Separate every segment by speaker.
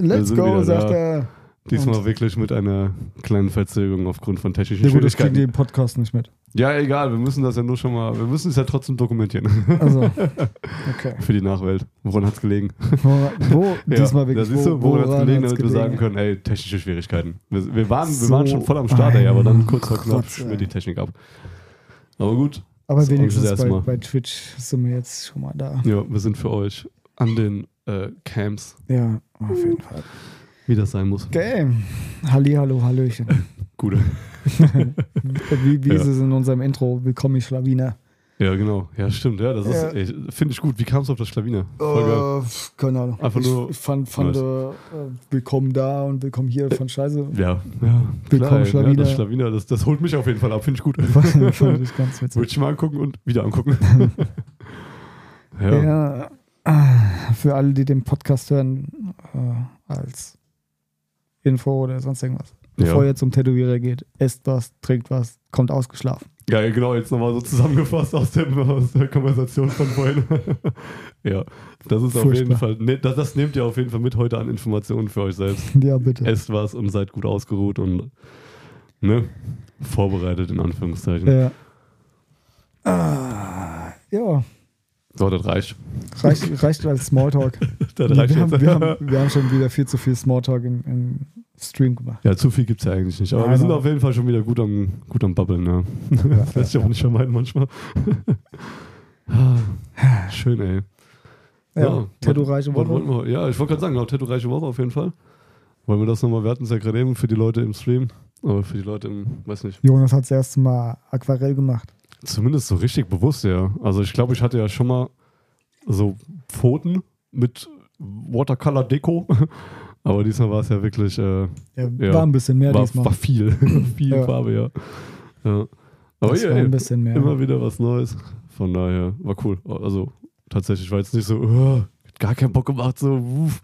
Speaker 1: Let's
Speaker 2: sind
Speaker 1: go,
Speaker 2: wieder
Speaker 1: sagt
Speaker 2: da.
Speaker 1: er.
Speaker 2: Diesmal wirklich mit einer kleinen Verzögerung aufgrund von technischen
Speaker 1: Na gut, das kriegen die
Speaker 2: Schwierigkeiten.
Speaker 1: im Podcast nicht mit.
Speaker 2: Ja, egal, wir müssen das ja nur schon mal, wir müssen es ja trotzdem dokumentieren
Speaker 1: Also, okay.
Speaker 2: für die Nachwelt. Woran hat es gelegen?
Speaker 1: Wo, wo diesmal wirklich?
Speaker 2: das ist so, woran hat es gelegen, damit wir
Speaker 1: gelegen?
Speaker 2: sagen können, ey, technische Schwierigkeiten. Wir, wir, waren, wir
Speaker 1: So
Speaker 2: waren schon voll am Start, ey, aber
Speaker 1: ein
Speaker 2: dann kurz vor knapp
Speaker 1: Rotz, ey.
Speaker 2: schmiert die Technik ab. Aber gut,
Speaker 1: Aber
Speaker 2: Das
Speaker 1: wenigstens
Speaker 2: ist das
Speaker 1: bei,
Speaker 2: Mal.
Speaker 1: bei Twitch sind wir jetzt schon mal da.
Speaker 2: ja, wir sind für euch an den äh, Camps,
Speaker 1: Ja, auf jeden Fall.
Speaker 2: wie das sein muss.
Speaker 1: Hm. Okay. Halli, hallo, Hallöchen.
Speaker 2: Gute.
Speaker 1: Wie, wie ist
Speaker 2: Ja.
Speaker 1: es in unserem Intro? Willkommen, ich Schlawiner.
Speaker 2: Ja, genau. Ja, stimmt. Ja, das
Speaker 1: Ja.
Speaker 2: ist, ey, finde ich gut. Wie kamst du auf das Schlawiner? Voll geil.
Speaker 1: Äh, keine Ahnung.
Speaker 2: Einfach
Speaker 1: ich
Speaker 2: nur-
Speaker 1: fand, fand
Speaker 2: Nice.
Speaker 1: äh, willkommen da und willkommen hier fand scheiße.
Speaker 2: Ja, ja.
Speaker 1: Willkommen,
Speaker 2: ey,
Speaker 1: Schlawiner.
Speaker 2: Ja, das Schlawiner, das, das holt mich auf jeden Fall ab. Finde ich gut.
Speaker 1: fand ich ganz witzig.
Speaker 2: Würde ich mal angucken und wieder angucken. ja.
Speaker 1: Ja. Ah, Für alle, die den Podcast hören, äh, als Info oder sonst irgendwas. Bevor
Speaker 2: Ja.
Speaker 1: ihr zum Tätowierer geht, esst was, trinkt was, kommt ausgeschlafen.
Speaker 2: Geil, genau. Jetzt nochmal so zusammengefasst aus, dem, aus der Konversation von vorhin. ja, das ist auf
Speaker 1: Furchtbar.
Speaker 2: jeden Fall. Ne, das, das nehmt ihr auf jeden Fall mit heute an Informationen für euch selbst.
Speaker 1: Ja, bitte.
Speaker 2: Esst was und seid gut ausgeruht und ne, vorbereitet in Anführungszeichen.
Speaker 1: Ja. Ah, ja,
Speaker 2: So, das reicht.
Speaker 1: reicht, reicht als Smalltalk.
Speaker 2: Das
Speaker 1: Wir
Speaker 2: reicht
Speaker 1: haben,
Speaker 2: jetzt.
Speaker 1: wir, haben, wir haben schon wieder viel zu viel Smalltalk im, im Stream gemacht.
Speaker 2: Ja, zu viel gibt es ja eigentlich nicht. Aber
Speaker 1: Nein,
Speaker 2: wir sind
Speaker 1: nein.
Speaker 2: auf jeden Fall schon wieder gut am, gut am Babbeln. Ne?
Speaker 1: Ja,
Speaker 2: Lässt sich auch nicht vermeiden manchmal. Ah, Schön, ey.
Speaker 1: ja, Tattoo-reiche
Speaker 2: Woche.
Speaker 1: Woche.
Speaker 2: ja, ich wollte gerade sagen, genau, Tattoo-reiche Woche auf jeden Fall. Wollen wir das nochmal, wir hatten es ja gerade eben für die Leute im Stream, aber für die Leute im, weiß nicht,
Speaker 1: Jonas hat das erste Mal Aquarell gemacht.
Speaker 2: zumindest so richtig bewusst, ja. Also ich glaube, ich hatte ja schon mal so Pfoten mit Watercolor-Deko, aber diesmal war es ja wirklich, äh,
Speaker 1: Ja,
Speaker 2: Ja.
Speaker 1: War ein bisschen mehr
Speaker 2: war,
Speaker 1: diesmal.
Speaker 2: war viel, viel
Speaker 1: Ja.
Speaker 2: Farbe, ja. ja. Aber
Speaker 1: das
Speaker 2: ja,
Speaker 1: war
Speaker 2: ey,
Speaker 1: ein bisschen mehr.
Speaker 2: immer wieder was Neues. Von daher war cool. Also tatsächlich war jetzt nicht so, "Oh, hat gar keinen Bock gemacht, so, wuff.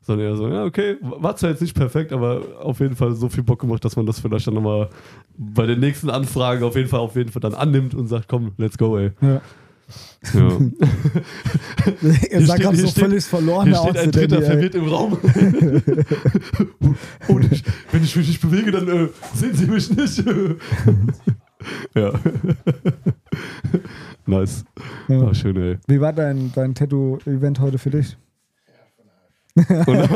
Speaker 2: Sondern eher so, ja, okay, war zwar jetzt nicht perfekt, aber auf jeden Fall so viel Bock gemacht, dass man das vielleicht dann nochmal bei den nächsten Anfragen auf jeden Fall, auf jeden Fall dann annimmt und sagt, komm, let's go, ey.
Speaker 1: Ja.
Speaker 2: Ja.
Speaker 1: er sagt
Speaker 2: steht-
Speaker 1: gerade
Speaker 2: hier
Speaker 1: so
Speaker 2: steht-
Speaker 1: völlig verloren
Speaker 2: Hier
Speaker 1: aus.
Speaker 2: steht ein
Speaker 1: der
Speaker 2: Dritter
Speaker 1: Danny, ey.
Speaker 2: verwirrt im Raum. und ich, wenn ich mich nicht bewege, dann äh, sehen sie mich nicht. ja. nice.
Speaker 1: Ja.
Speaker 2: Ah, schön, ey.
Speaker 1: Wie war dein, dein Tattoo-Event heute für dich? oh,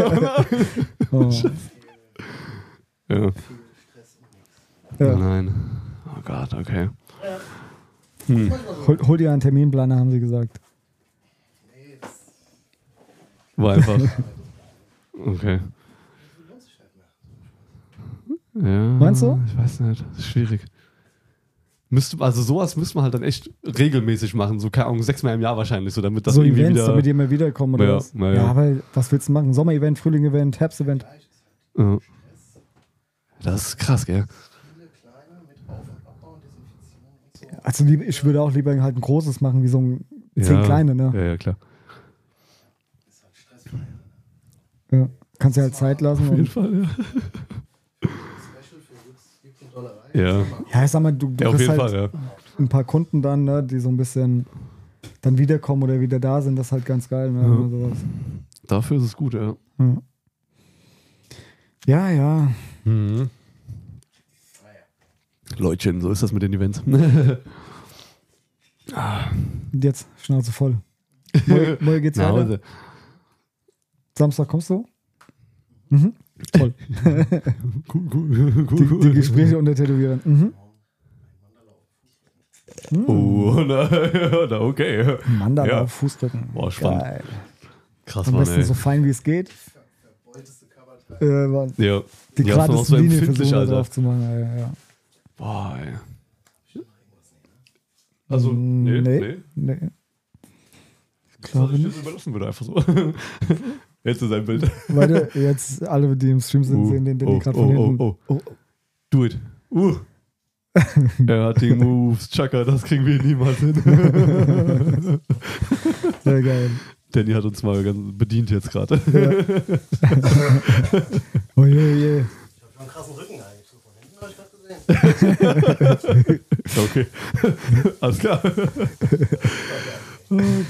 Speaker 2: Ja. Oh
Speaker 1: ja.
Speaker 2: nein. Oh Gott, okay.
Speaker 1: hol, hol dir einen Terminplaner, haben sie gesagt.
Speaker 2: War einfach. Okay. Ja,
Speaker 1: Meinst du?
Speaker 2: Ich weiß nicht. Das ist schwierig. Müsste, also sowas müsste man halt dann echt regelmäßig machen, so keine Ahnung, sechsmal im Jahr wahrscheinlich, so damit das
Speaker 1: so
Speaker 2: irgendwie
Speaker 1: Events,
Speaker 2: wieder.
Speaker 1: damit die immer wiederkommen oder
Speaker 2: Ja,
Speaker 1: was?
Speaker 2: na ja.
Speaker 1: ja, aber was willst du machen? Sommer-Event, Frühling-Event, Herbst-Event?
Speaker 2: Ja. Das ist krass, gell?
Speaker 1: Also lieb- ich würde auch lieber halt ein großes machen, wie so ein zehn
Speaker 2: ja.
Speaker 1: kleine, ne?
Speaker 2: Ja, ja, klar.
Speaker 1: Ja. Kannst du halt Zeit lassen.
Speaker 2: Auf jeden
Speaker 1: Und,
Speaker 2: Fall, ja. Ja,
Speaker 1: ja, ich sag mal, du, du
Speaker 2: ja auf
Speaker 1: kriegst
Speaker 2: jeden
Speaker 1: halt
Speaker 2: Fall, ja.
Speaker 1: ein paar Kunden dann, ne, die so ein bisschen dann wiederkommen oder wieder da sind, das ist halt ganz geil. Ne? wenn man Sowas.
Speaker 2: Dafür ist es gut, ja.
Speaker 1: Ja, ja.
Speaker 2: Mhm. Leutchen, so ist das mit den Events.
Speaker 1: Und jetzt Schnauze voll. Morgen morgen geht's
Speaker 2: Nach
Speaker 1: weiter.
Speaker 2: Hause.
Speaker 1: Samstag kommst du? Mhm. Toll.
Speaker 2: Cool, cool, cool,
Speaker 1: Die,
Speaker 2: cool.
Speaker 1: die Gespräche unter Tätowieren. Mhm.
Speaker 2: Oh, na, na, okay.
Speaker 1: Mann, da
Speaker 2: Ja.
Speaker 1: auf Fußrücken.
Speaker 2: Boah, spannend.
Speaker 1: Geil.
Speaker 2: Krass,
Speaker 1: Am
Speaker 2: Mann,
Speaker 1: besten
Speaker 2: ey.
Speaker 1: so fein wie es geht. Äh, Mann,
Speaker 2: ja.
Speaker 1: die
Speaker 2: ja, ist man
Speaker 1: geradeste
Speaker 2: auch so
Speaker 1: Linie
Speaker 2: empfindlich,
Speaker 1: versuchen da
Speaker 2: Alter.
Speaker 1: drauf zu machen. Ja, ja, ja.
Speaker 2: Boah, ey. Also,
Speaker 1: Mm,
Speaker 2: nee,
Speaker 1: nee.
Speaker 2: nee.
Speaker 1: Nee. Ich
Speaker 2: Also,
Speaker 1: glaube
Speaker 2: ich
Speaker 1: nicht.
Speaker 2: das überlassen würde, einfach so. Jetzt ist ein Bild.
Speaker 1: Warte, jetzt alle, die im Stream sind,
Speaker 2: Uh,
Speaker 1: sehen den Danny
Speaker 2: oh,
Speaker 1: gerade
Speaker 2: oh,
Speaker 1: von hinten.
Speaker 2: oh, Do it. Uh. er hat die Moves, Chaka, das kriegen wir niemals hin. oh.
Speaker 1: Sehr geil.
Speaker 2: Danny hat uns mal ganz bedient jetzt gerade.
Speaker 1: Oh je, oh je.
Speaker 3: Ich hab einen krassen Rücken eigentlich. So von hinten habe ich das gesehen.
Speaker 2: Okay. Alles klar.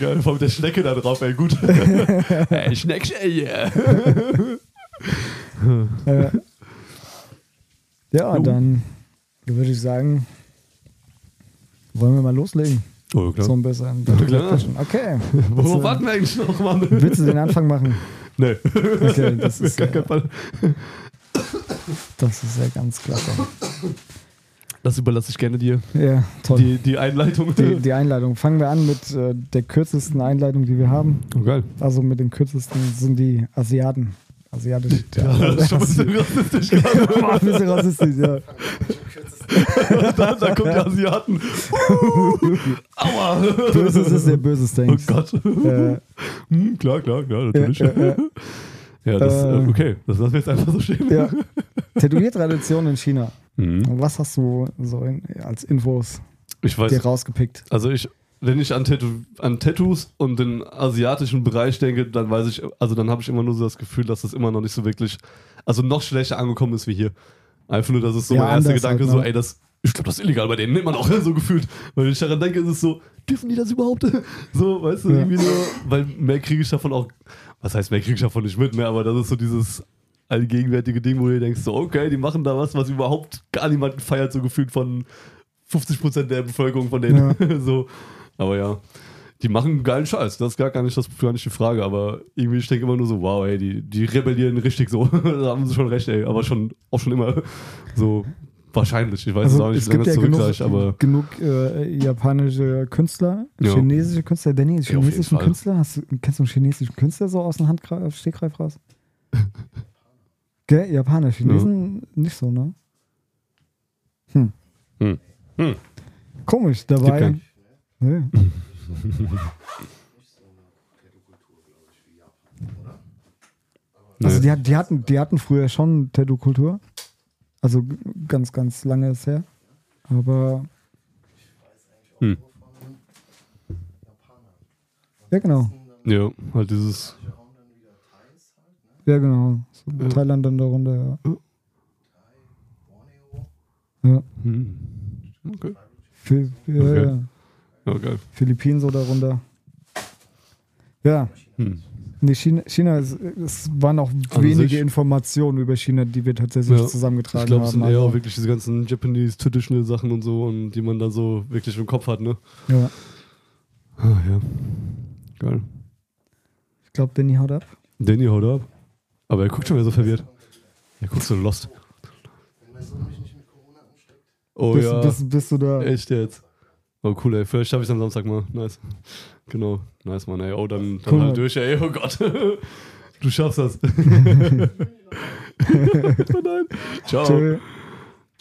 Speaker 2: Geil, vor allem der Schnecke da drauf, ey, gut. ey, Schneckchen, ey, yeah.
Speaker 1: Äh, ja,
Speaker 2: Jo.
Speaker 1: dann würde ich sagen, wollen wir mal loslegen.
Speaker 2: Oh, klar.
Speaker 1: So ein bisschen.
Speaker 2: klar.
Speaker 1: Okay. Willst
Speaker 2: Worauf
Speaker 1: du-
Speaker 2: warten wir eigentlich noch, Mann?
Speaker 1: Willst du den Anfang machen?
Speaker 2: Nee.
Speaker 1: Okay, das ist,
Speaker 2: Gar
Speaker 1: ja,
Speaker 2: kein Fall.
Speaker 1: das ist ja ganz klasse.
Speaker 2: Das überlasse ich gerne dir.
Speaker 1: Ja, toll. Die,
Speaker 2: Die, die Einleitung.
Speaker 1: die, Einleitung. Fangen wir an mit äh, der kürzesten Einleitung, die wir haben.
Speaker 2: oh, geil.
Speaker 1: Also mit den kürzesten sind die Asiaten. Asiatisch.
Speaker 2: Ja, das ist schon ein bisschen rassistisch. gerade.
Speaker 1: War ein bisschen rassistisch, ja.
Speaker 2: Da, da kommt der Asiaten. Aua.
Speaker 1: Böses ist der böses
Speaker 2: Oh
Speaker 1: Dings.
Speaker 2: Gott.
Speaker 1: äh,
Speaker 2: Hm, klar, klar, klar, natürlich.
Speaker 1: Ja, ja,
Speaker 2: Ja, das,
Speaker 1: Äh.
Speaker 2: äh, okay, das lassen wir jetzt einfach so stehen.
Speaker 1: ja. Tätowiertradition in China.
Speaker 2: Mhm.
Speaker 1: Was hast du so in, als Infos
Speaker 2: Ich weiß,
Speaker 1: dir rausgepickt?
Speaker 2: also ich, wenn ich an, Tattoo, an Tattoos und den asiatischen Bereich denke, dann weiß ich, also dann habe ich immer nur so das Gefühl, dass das immer noch nicht so wirklich, also noch schlechter angekommen ist wie hier. Einfach nur, das ist so
Speaker 1: Ja,
Speaker 2: mein erster
Speaker 1: anders
Speaker 2: Gedanke,
Speaker 1: halt,
Speaker 2: so,
Speaker 1: ne?
Speaker 2: ey, das, ich glaube, das ist illegal bei denen, nimmt man auch so gefühlt. Weil wenn ich daran denke, ist es so, dürfen die das überhaupt? So, weißt du,
Speaker 1: Ja.
Speaker 2: irgendwie so, weil mehr kriege ich davon auch, was heißt, mehr kriege ich davon nicht mit, ne, aber das ist so dieses allgegenwärtige Ding, wo du dir denkst, so, okay, die machen da was, was überhaupt gar niemanden feiert, so gefühlt von 50% der Bevölkerung von denen. so, aber ja. Die machen einen geilen Scheiß, das ist gar, gar, nicht, das, gar nicht die Frage, aber irgendwie, ich denke immer nur so, wow, ey, die, die rebellieren richtig so. da haben sie schon recht, ey, aber schon, auch schon immer so wahrscheinlich. Ich weiß
Speaker 1: Also,
Speaker 2: es auch nicht, wie lange das zurückreicht, aber
Speaker 1: genug äh, chinesische Künstler,
Speaker 2: Ja.
Speaker 1: chinesische Künstler. Danny,
Speaker 2: Ja, auf jeden
Speaker 1: chinesischen
Speaker 2: Fall.
Speaker 1: Künstler? Hast du, kennst du einen chinesischen Künstler so aus dem Handgreif, aus dem Stegreif raus? Gell? Japaner, Chinesen nicht so, ne? Hm.
Speaker 2: Hm. Hm.
Speaker 1: Komisch, dabei.
Speaker 2: keinen.
Speaker 1: Nee. Also
Speaker 2: Nee.
Speaker 1: Also die, hat- die, hatten, die hatten früher schon Tattoo-Kultur. Also g- ganz, ganz lange ist her. Aber
Speaker 2: Hm.
Speaker 1: ja genau.
Speaker 2: ja, halt dieses,
Speaker 1: Ja genau. So
Speaker 2: Ja.
Speaker 1: Thailand dann darunter, ja. ja.
Speaker 2: hm. okay,
Speaker 1: Phil, ja,
Speaker 2: Okay.
Speaker 1: ja.
Speaker 2: ja, geil.
Speaker 1: Philippinen so darunter. Ja.
Speaker 2: Hm.
Speaker 1: Nee, China, China ist, es waren auch
Speaker 2: An
Speaker 1: wenige
Speaker 2: sich-
Speaker 1: Informationen über China, die wir tatsächlich
Speaker 2: Ja.
Speaker 1: zusammengetragen
Speaker 2: Ich glaube, es
Speaker 1: haben.
Speaker 2: sind eher auch
Speaker 1: Also,
Speaker 2: wirklich diese ganzen Japanese traditional Sachen und so und die man da so wirklich im Kopf hat, ne?
Speaker 1: ja.
Speaker 2: Ah, ja. Geil.
Speaker 1: Ich glaube, Danny haut ab.
Speaker 2: Danny haut ab. Aber er guckt schon wieder so verwirrt. Er guckt so lost.
Speaker 3: Wenn mein Sohn mich nicht mit Corona ansteckt,
Speaker 2: Oh
Speaker 1: bist,
Speaker 2: ja.
Speaker 1: bist, bist du da?
Speaker 2: Echt jetzt. Oh cool, ey. Vielleicht schaffe ich es am Samstag mal. Nice. Genau. Nice, Mann, ey. Oh, dann, dann
Speaker 1: Cool.
Speaker 2: halt durch, ey. Oh Gott. Du schaffst das. oh nein. Ciao.
Speaker 1: Chill.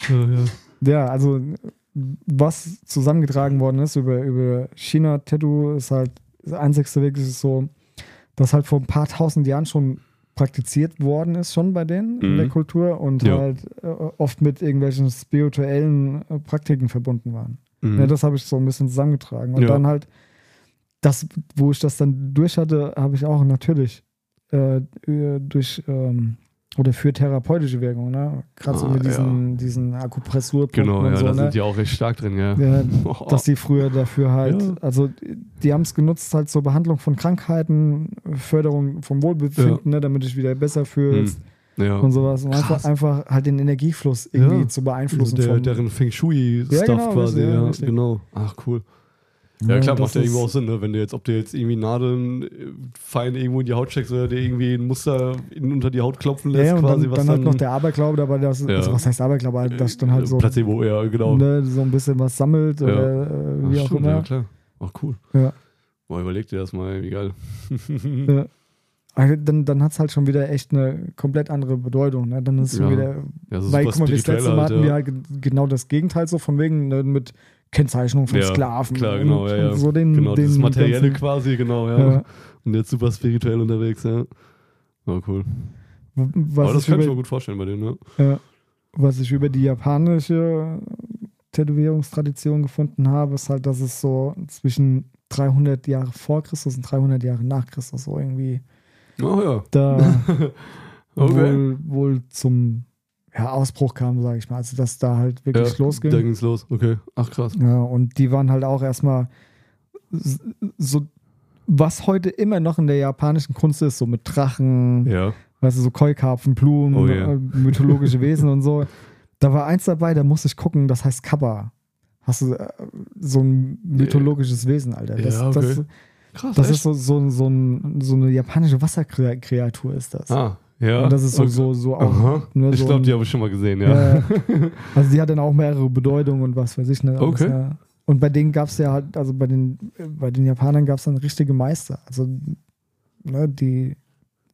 Speaker 2: Ja, ja.
Speaker 1: Ja, also was zusammengetragen worden ist über, über China-Tattoo ist halt der einzigste Weg, ist es so, dass halt vor ein paar tausend Jahren schon praktiziert worden ist, schon bei denen in
Speaker 2: Mhm.
Speaker 1: der Kultur und
Speaker 2: Ja.
Speaker 1: halt äh, oft mit irgendwelchen spirituellen äh, Praktiken verbunden waren.
Speaker 2: Mhm.
Speaker 1: Ja, das habe ich so ein bisschen zusammengetragen. Und
Speaker 2: Ja.
Speaker 1: dann halt, das, wo ich das dann durch hatte, habe ich auch natürlich äh, äh, durch ähm, oder für therapeutische Wirkung, ne? Gerade so
Speaker 2: Ah,
Speaker 1: mit diesen, diesen Akupressur
Speaker 2: genau,
Speaker 1: und
Speaker 2: ja.
Speaker 1: so,
Speaker 2: da
Speaker 1: ne?
Speaker 2: sind die auch recht stark drin, ja.
Speaker 1: ja,
Speaker 2: Oh.
Speaker 1: dass die früher dafür halt,
Speaker 2: Ja.
Speaker 1: also die haben es genutzt halt zur Behandlung von Krankheiten, Förderung vom Wohlbefinden, ne, damit du dich wieder besser fühlst
Speaker 2: Hm. ja.
Speaker 1: und sowas. Und einfach,
Speaker 2: Krass.
Speaker 1: einfach halt den Energiefluss irgendwie
Speaker 2: Ja.
Speaker 1: zu
Speaker 2: Also
Speaker 1: beeinflussen.
Speaker 2: der,
Speaker 1: vom-
Speaker 2: deren Feng Shui-Stuff
Speaker 1: Ja, genau,
Speaker 2: quasi,
Speaker 1: richtig, ja,
Speaker 2: ja,
Speaker 1: richtig.
Speaker 2: genau. Ach, cool. Ja, klar,
Speaker 1: das
Speaker 2: macht ja irgendwo auch
Speaker 1: ist-
Speaker 2: Sinn, ne? Wenn du jetzt, ob du jetzt irgendwie Nadeln äh, fein irgendwo in die Haut steckst oder dir irgendwie ein Muster in, unter die Haut klopfen lässt,
Speaker 1: Ja, und
Speaker 2: quasi,
Speaker 1: dann,
Speaker 2: was
Speaker 1: dann
Speaker 2: dann.
Speaker 1: halt noch der Aberglaube dabei, das,
Speaker 2: Ja. Äh,
Speaker 1: also was heißt Aberglaube, halt, dass dann halt so,
Speaker 2: Placebo, ja, genau.
Speaker 1: ne, so ein bisschen was sammelt oder
Speaker 2: Ach,
Speaker 1: äh, wie auch
Speaker 2: stimmt, Ja,
Speaker 1: immer.
Speaker 2: klar. Ach, cool.
Speaker 1: Ja.
Speaker 2: Boah, überleg dir das mal, wie geil.
Speaker 1: Ja. Also Dann, dann hat es halt schon wieder echt eine komplett andere Bedeutung. Ne? Dann ist es schon
Speaker 2: Ja.
Speaker 1: wieder,
Speaker 2: Ja, so
Speaker 1: weil guck mal, das
Speaker 2: spirituell
Speaker 1: letzte Mal hatten
Speaker 2: ja.
Speaker 1: wir halt ge- genau das Gegenteil so von wegen ne, mit Kennzeichnung von
Speaker 2: Ja,
Speaker 1: Sklaven.
Speaker 2: Klar, genau,
Speaker 1: und,
Speaker 2: ja, ja.
Speaker 1: Und so den,
Speaker 2: genau,
Speaker 1: den
Speaker 2: dieses Materielle
Speaker 1: ganzen-
Speaker 2: quasi, genau, ja.
Speaker 1: Ja.
Speaker 2: Und jetzt super spirituell unterwegs, ja. Oh, cool.
Speaker 1: w-
Speaker 2: Aber
Speaker 1: was,
Speaker 2: das
Speaker 1: ich
Speaker 2: kann ich mir
Speaker 1: über,
Speaker 2: gut vorstellen bei denen, ne?
Speaker 1: ja, Äh, was ich über die japanische Tätowierungstradition gefunden habe, ist halt, dass es so zwischen 300 Jahre vor Christus und 300 Jahre nach Christus so irgendwie
Speaker 2: Oh ja.
Speaker 1: da
Speaker 2: Okay.
Speaker 1: wohl, wohl zum ja, Ausbruch kam, sage ich mal. Also, dass da halt wirklich
Speaker 2: ja,
Speaker 1: losging.
Speaker 2: Dann ging's los, okay. Ach, krass.
Speaker 1: Ja, und die waren halt auch erstmal s- so, was heute immer noch in der japanischen Kunst ist, so mit Drachen,
Speaker 2: Ja.
Speaker 1: weißt du, so Keukarpfen, Blumen,
Speaker 2: Oh ja.
Speaker 1: äh, mythologische Wesen und so. Da war eins dabei, da musste ich gucken, das heißt Kappa. Hast du äh, so ein mythologisches Wesen, Alter. Das,
Speaker 2: Ja, okay.
Speaker 1: das,
Speaker 2: Krass.
Speaker 1: das
Speaker 2: echt?
Speaker 1: ist so, so, so, ein, so eine japanische Wasserkreatur ist das.
Speaker 2: Ah, ja.
Speaker 1: Und das ist so,
Speaker 2: Okay.
Speaker 1: so, so auch.
Speaker 2: Aha.
Speaker 1: nur
Speaker 2: ich
Speaker 1: so
Speaker 2: glaube,
Speaker 1: ein-
Speaker 2: die habe ich schon mal gesehen, ja.
Speaker 1: Äh, also die hat dann auch mehrere Bedeutungen und was weiß ich. Ne? alles,
Speaker 2: Okay.
Speaker 1: ja. Und bei denen gab es ja halt, also bei den, äh, bei den Japanern gab es dann richtige Meister. Also, ne, die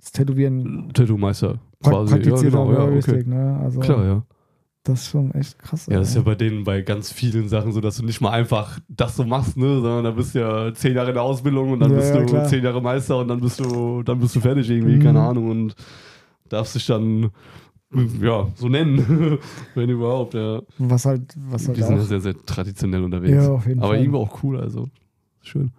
Speaker 1: das Tätowieren
Speaker 2: Tattoo-Meister.
Speaker 1: pra
Speaker 2: quasi.
Speaker 1: praktiziert
Speaker 2: ja,
Speaker 1: haben,
Speaker 2: genau, ja, okay.
Speaker 1: richtig. Ne? Also,
Speaker 2: Klar, ja.
Speaker 1: Das ist schon echt krass.
Speaker 2: Ja, das ist ja
Speaker 1: Alter.
Speaker 2: bei denen bei ganz vielen Sachen so, dass du nicht mal einfach das so machst, ne, sondern da bist du ja zehn Jahre in der Ausbildung und dann
Speaker 1: Ja,
Speaker 2: bist
Speaker 1: ja,
Speaker 2: du
Speaker 1: klar.
Speaker 2: zehn Jahre Meister und dann bist du, dann bist du fertig irgendwie,
Speaker 1: Mhm.
Speaker 2: keine Ahnung, und darfst dich dann ja, so nennen, wenn überhaupt, ja.
Speaker 1: was halt, was halt
Speaker 2: Die sind ja
Speaker 1: auch.
Speaker 2: sehr, sehr traditionell unterwegs.
Speaker 1: Ja, auf jeden
Speaker 2: Aber
Speaker 1: Fall.
Speaker 2: irgendwo auch cool, also. Schön.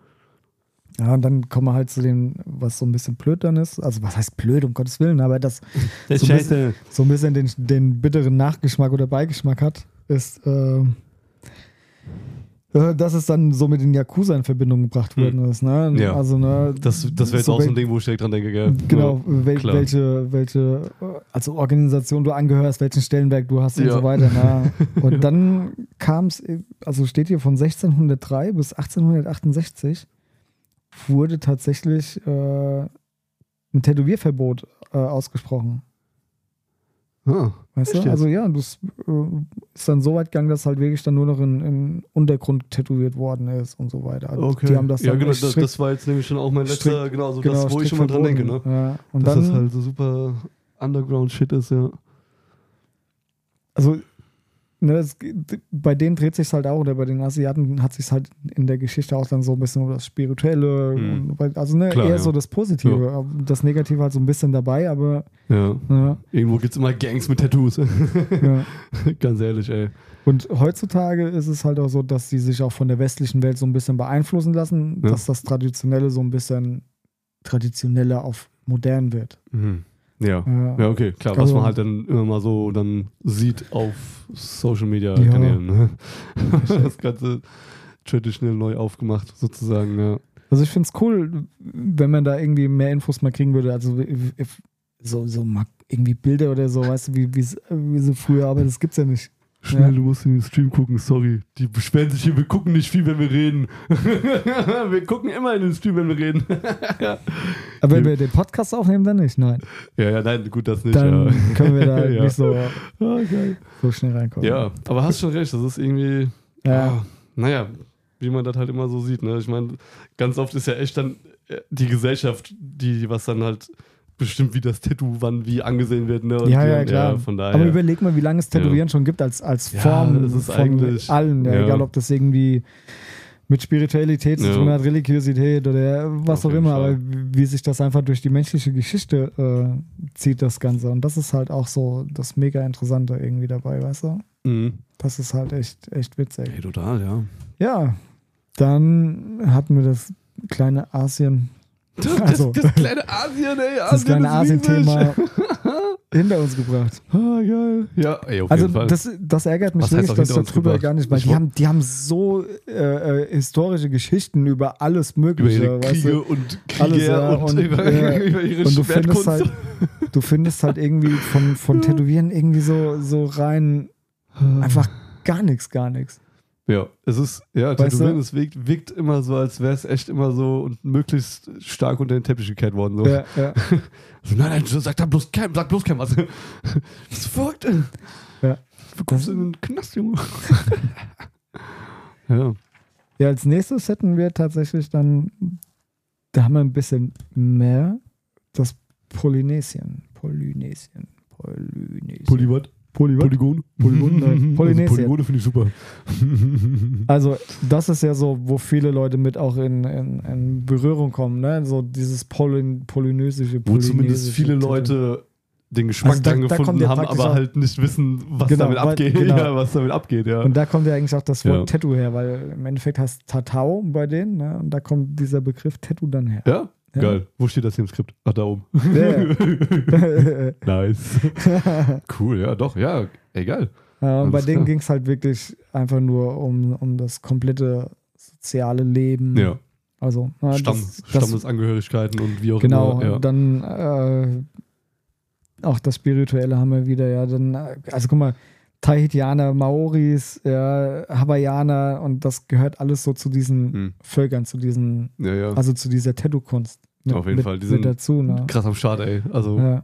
Speaker 1: Ja, und dann kommen wir halt zu dem, was so ein bisschen blöd dann ist. Also, was heißt blöd, um Gottes Willen, aber das
Speaker 2: Das
Speaker 1: So ein bisschen- so ein bisschen den, den bitteren Nachgeschmack oder Beigeschmack hat, ist, ähm, äh, dass es dann so mit den Yakuza in Verbindung gebracht worden ist. Ne?
Speaker 2: Hm. Ja.
Speaker 1: Also, ne,
Speaker 2: das, das wäre jetzt auch so ein
Speaker 1: wel-
Speaker 2: Ding, wo ich direkt dran denke, gell?
Speaker 1: Genau, wel
Speaker 2: Äh, klar.
Speaker 1: welche, welche äh, also Organisation du angehörst, welchen Stellenwerk du hast und
Speaker 2: Ja.
Speaker 1: so weiter. Ne? Und dann kam es, also steht hier von 1603 bis 1868 wurde tatsächlich äh, ein Tätowierverbot äh, ausgesprochen.
Speaker 2: Ah,
Speaker 1: Weißt
Speaker 2: Echt
Speaker 1: du?
Speaker 2: jetzt?
Speaker 1: Also ja, das äh, ist dann so weit gegangen, dass halt wirklich dann nur noch in, im Untergrund tätowiert worden ist und so weiter. Also
Speaker 2: okay.
Speaker 1: Die haben das
Speaker 2: ja,
Speaker 1: dann
Speaker 2: genau,
Speaker 1: echt
Speaker 2: das,
Speaker 1: strikt-
Speaker 2: das war jetzt nämlich schon auch mein letzter,
Speaker 1: strikt-
Speaker 2: genau, so
Speaker 1: genau,
Speaker 2: das, wo
Speaker 1: strikt
Speaker 2: ich schon mal dran denke,
Speaker 1: verboten.
Speaker 2: ne?
Speaker 1: Ja, und
Speaker 2: dass
Speaker 1: dann,
Speaker 2: das halt so super Underground-Shit ist, ja.
Speaker 1: also ne, es, geht- bei denen dreht sich halt auch, oder bei den Asiaten hat sich halt in der Geschichte auch dann so ein bisschen um das Spirituelle,
Speaker 2: Hm.
Speaker 1: und, weil- also ne,
Speaker 2: Klar,
Speaker 1: eher
Speaker 2: ja.
Speaker 1: so das Positive. Das Negative halt so ein bisschen dabei, aber
Speaker 2: Ja.
Speaker 1: ja,
Speaker 2: Irgendwo gibt es immer Gangs mit Tattoos.
Speaker 1: ja.
Speaker 2: Ganz ehrlich, ey.
Speaker 1: Und heutzutage ist es halt auch so, dass die sich auch von der westlichen Welt so ein bisschen beeinflussen lassen,
Speaker 2: Ja.
Speaker 1: dass das Traditionelle so ein bisschen traditioneller auf modern wird.
Speaker 2: Mhm. Ja.
Speaker 1: Ja.
Speaker 2: Ja, okay, klar, was
Speaker 1: Also-
Speaker 2: man halt dann immer mal so dann sieht auf Social Media
Speaker 1: Ja.
Speaker 2: Kanälen. Ne? Das Ganze traditionell neu aufgemacht, sozusagen, ja.
Speaker 1: Also ich finde es cool, wenn man da irgendwie mehr Infos mal kriegen würde. Also if- if- so, so mal irgendwie Bilder oder so, weißt du, wie, wie's- wie so früher, aber das gibt's ja nicht.
Speaker 2: Schnell,
Speaker 1: Ja.
Speaker 2: du musst in den Stream gucken, sorry. Die beschweren sich hier, wir gucken nicht viel, wenn wir reden. wir gucken immer in den Stream, wenn wir reden.
Speaker 1: Aber wenn
Speaker 2: Nee.
Speaker 1: wir den Podcast aufnehmen, dann nicht. Nein.
Speaker 2: ja, ja, nein, gut, das nicht.
Speaker 1: Dann
Speaker 2: ja.
Speaker 1: können wir da
Speaker 2: Ja.
Speaker 1: nicht so,
Speaker 2: Ah, geil.
Speaker 1: so schnell reinkommen.
Speaker 2: Ja, aber hast schon recht, das ist irgendwie,
Speaker 1: Ja.
Speaker 2: ah, naja, wie man das halt immer so sieht. Ne? Ich meine, ganz oft ist ja echt dann äh, die Gesellschaft, die was dann halt bestimmt, wie das Tattoo wann wie angesehen wird. Ne? Und
Speaker 1: Ja,
Speaker 2: die-
Speaker 1: ja, klar.
Speaker 2: von daher.
Speaker 1: Aber überleg mal, wie lange es Tätowieren
Speaker 2: Ja.
Speaker 1: schon gibt als, als
Speaker 2: Ja,
Speaker 1: Form
Speaker 2: das ist
Speaker 1: von
Speaker 2: eigentlich-
Speaker 1: allen. Ja,
Speaker 2: ja.
Speaker 1: Egal, ob das irgendwie mit Spiritualität zu
Speaker 2: Ja.
Speaker 1: tun hat, Religiosität oder was
Speaker 2: Auf
Speaker 1: auch
Speaker 2: jeden
Speaker 1: immer,
Speaker 2: Fall.
Speaker 1: aber wie wie sich das einfach durch die menschliche Geschichte äh, zieht, das Ganze. Und das ist halt auch so das mega Interessante irgendwie dabei, weißt du?
Speaker 2: Mhm.
Speaker 1: Das ist halt echt, echt witzig.
Speaker 2: Hey, total, ja.
Speaker 1: Ja, dann hatten wir das kleine Asien,
Speaker 2: Das,
Speaker 1: Also.
Speaker 2: das, das kleine Asien, ey, Asien
Speaker 1: das kleine
Speaker 2: ist riesig.
Speaker 1: Asien-Thema hinter uns gebracht.
Speaker 2: Ah, geil. Ja, ey, auf
Speaker 1: Also
Speaker 2: jeden Fall.
Speaker 1: das, das ärgert mich
Speaker 2: Was heißt
Speaker 1: wirklich,
Speaker 2: auch
Speaker 1: dass
Speaker 2: hinter uns
Speaker 1: darüber
Speaker 2: gebracht?
Speaker 1: gar nicht, weil
Speaker 2: Ich
Speaker 1: die
Speaker 2: wo-
Speaker 1: haben, die haben so äh, äh, historische Geschichten über alles
Speaker 2: über
Speaker 1: Mögliche.
Speaker 2: ihre
Speaker 1: weißt
Speaker 2: Kriege
Speaker 1: du?
Speaker 2: und Krieger
Speaker 1: Alles, ja,
Speaker 2: und,
Speaker 1: und,
Speaker 2: über,
Speaker 1: ja.
Speaker 2: über ihre
Speaker 1: Und du
Speaker 2: Schwertkunst.
Speaker 1: findest halt, du findest halt irgendwie von, von Tätowieren irgendwie so, so rein einfach gar nichts, gar nichts.
Speaker 2: Ja, es ist, ja,
Speaker 1: Weißt
Speaker 2: Tätowieren,
Speaker 1: du?
Speaker 2: es wirkt, wirkt immer so, als wäre es echt immer so und möglichst stark unter den Teppich gekehrt worden. So.
Speaker 1: Ja, ja,
Speaker 2: So, nein, nein, sag da bloß Cam, sag bloß Cam. Also, was folgt denn?
Speaker 1: Ja.
Speaker 2: Du kommst in den Knast, Junge. ja.
Speaker 1: ja, als nächstes hätten wir tatsächlich dann, da haben wir ein bisschen mehr, das Polynesien. Polynesien. Polynesien.
Speaker 2: Polywatt,
Speaker 1: Polygon.
Speaker 2: Polygon.
Speaker 1: Polygon, nein. Polynesien.
Speaker 2: Also Polygone finde ich super.
Speaker 1: Also, das ist ja so, wo viele Leute mit auch in, in, in Berührung kommen, ne? So dieses Polyn polynesische
Speaker 2: Wo zumindest
Speaker 1: polynesische
Speaker 2: viele
Speaker 1: Titel.
Speaker 2: Leute den Geschmack
Speaker 1: Also da-
Speaker 2: dann
Speaker 1: da kommt
Speaker 2: gefunden
Speaker 1: ja
Speaker 2: haben,
Speaker 1: praktisch
Speaker 2: aber
Speaker 1: auch-
Speaker 2: halt nicht wissen, was
Speaker 1: Genau,
Speaker 2: damit
Speaker 1: weil-
Speaker 2: abgeht.
Speaker 1: genau.
Speaker 2: Ja, was damit abgeht, ja.
Speaker 1: Und da kommt ja eigentlich auch das Wort
Speaker 2: Ja.
Speaker 1: Tattoo her, weil im Endeffekt heißt Tatau bei denen, ne? Und da kommt dieser Begriff Tattoo dann her.
Speaker 2: ja?
Speaker 1: Ja.
Speaker 2: Geil. Wo steht das hier im Skript? Ach, da oben.
Speaker 1: Ja.
Speaker 2: Nice. cool, ja, doch, ja, egal.
Speaker 1: Ja, Äh, und bei
Speaker 2: Alles
Speaker 1: denen
Speaker 2: klar.
Speaker 1: ging es halt wirklich einfach nur um, um das komplette soziale Leben.
Speaker 2: Ja,
Speaker 1: Also, na, das-
Speaker 2: Stamm,
Speaker 1: das,
Speaker 2: Stammesangehörigkeiten und wie auch
Speaker 1: Genau,
Speaker 2: immer. Ja.
Speaker 1: dann äh, auch das Spirituelle haben wir wieder, ja. Dann, äh, also guck mal, Tahitianer, Maoris, ja, Hawaiianer und das gehört alles so zu diesen
Speaker 2: Hm.
Speaker 1: Völkern, zu diesen,
Speaker 2: Ja, ja.
Speaker 1: also zu dieser Tattoo-Kunst. mit-
Speaker 2: Auf jeden
Speaker 1: mit,
Speaker 2: Fall, die
Speaker 1: mit
Speaker 2: sind
Speaker 1: dazu, ne?
Speaker 2: Krass am Start, ey. Also
Speaker 1: Ja.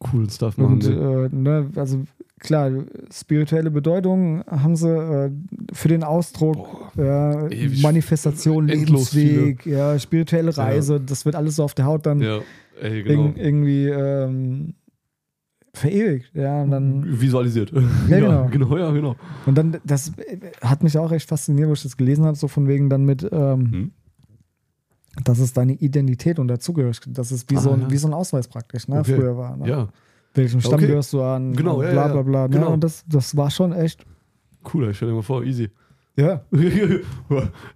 Speaker 2: coolen Stuff machen.
Speaker 1: Und
Speaker 2: die.
Speaker 1: äh, ne, also klar, spirituelle Bedeutung haben sie äh, für den Ausdruck, ja,
Speaker 2: ewig-
Speaker 1: Manifestation,
Speaker 2: endlos viele.
Speaker 1: Lebensweg, ja, spirituelle Reise, das wird alles so auf der Haut dann
Speaker 2: ja, ey, genau.
Speaker 1: irg irgendwie ähm, verewigt. Ja, und
Speaker 2: Mhm.
Speaker 1: dann,
Speaker 2: Visualisiert.
Speaker 1: Ja,
Speaker 2: ja,
Speaker 1: genau.
Speaker 2: genau, ja, genau.
Speaker 1: und dann, das hat mich auch echt fasziniert, wo ich das gelesen habe, so von wegen dann mit, ähm,
Speaker 2: Hm.
Speaker 1: dass es deine Identität und Dazugehörigkeit, das ist wie,
Speaker 2: Ah,
Speaker 1: so, ein,
Speaker 2: ja.
Speaker 1: wie so ein Ausweis praktisch, ne,
Speaker 2: Okay.
Speaker 1: früher war. Ne?
Speaker 2: Ja,
Speaker 1: Welchen Stamm
Speaker 2: Okay.
Speaker 1: gehörst du an?
Speaker 2: Genau,
Speaker 1: und
Speaker 2: ja,
Speaker 1: bla
Speaker 2: ja,
Speaker 1: bla bla. Ne?
Speaker 2: genau.
Speaker 1: Und das, das war schon echt,
Speaker 2: cool, ey, stell dir mal vor, easy.
Speaker 1: ja,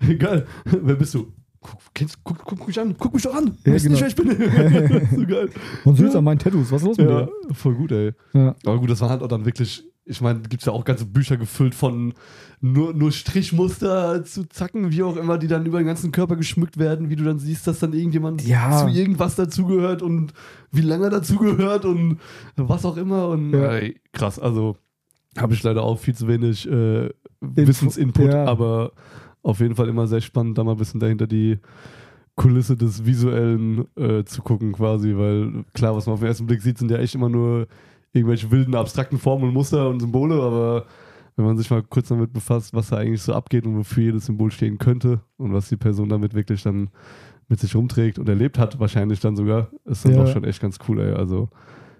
Speaker 2: Egal, wer bist du? Guck, kennst, guck, guck mich an, guck mich doch an.
Speaker 1: Ja, genau.
Speaker 2: Weißt du nicht, wer ich bin? so geil.
Speaker 1: man sieht an meinen Tattoos, was ist los mit
Speaker 2: Ja, voll gut, ey.
Speaker 1: dir? Ja.
Speaker 2: Aber gut, das waren halt auch dann wirklich, ich meine, gibt es ja auch ganze Bücher gefüllt von nur, nur Strichmuster zu Zacken, wie auch immer, die dann über den ganzen Körper geschmückt werden, wie du dann siehst, dass dann irgendjemand
Speaker 1: Ja.
Speaker 2: zu irgendwas dazugehört und wie lange er dazugehört und was auch immer. Und
Speaker 1: Ja.
Speaker 2: ey, krass, also habe ich leider auch viel zu wenig äh, Wissensinput,
Speaker 1: ja.
Speaker 2: aber auf jeden Fall immer sehr spannend, da mal ein bisschen dahinter die Kulisse des Visuellen äh, zu gucken, quasi, weil klar, was man auf den ersten Blick sieht, sind ja echt immer nur irgendwelche wilden, abstrakten Formen und Muster und Symbole, aber wenn man sich mal kurz damit befasst, was da eigentlich so abgeht und wofür jedes Symbol stehen könnte und was die Person damit wirklich dann mit sich rumträgt und erlebt hat, wahrscheinlich dann sogar, ist dann
Speaker 1: Ja.
Speaker 2: doch schon echt ganz cool, ey. Also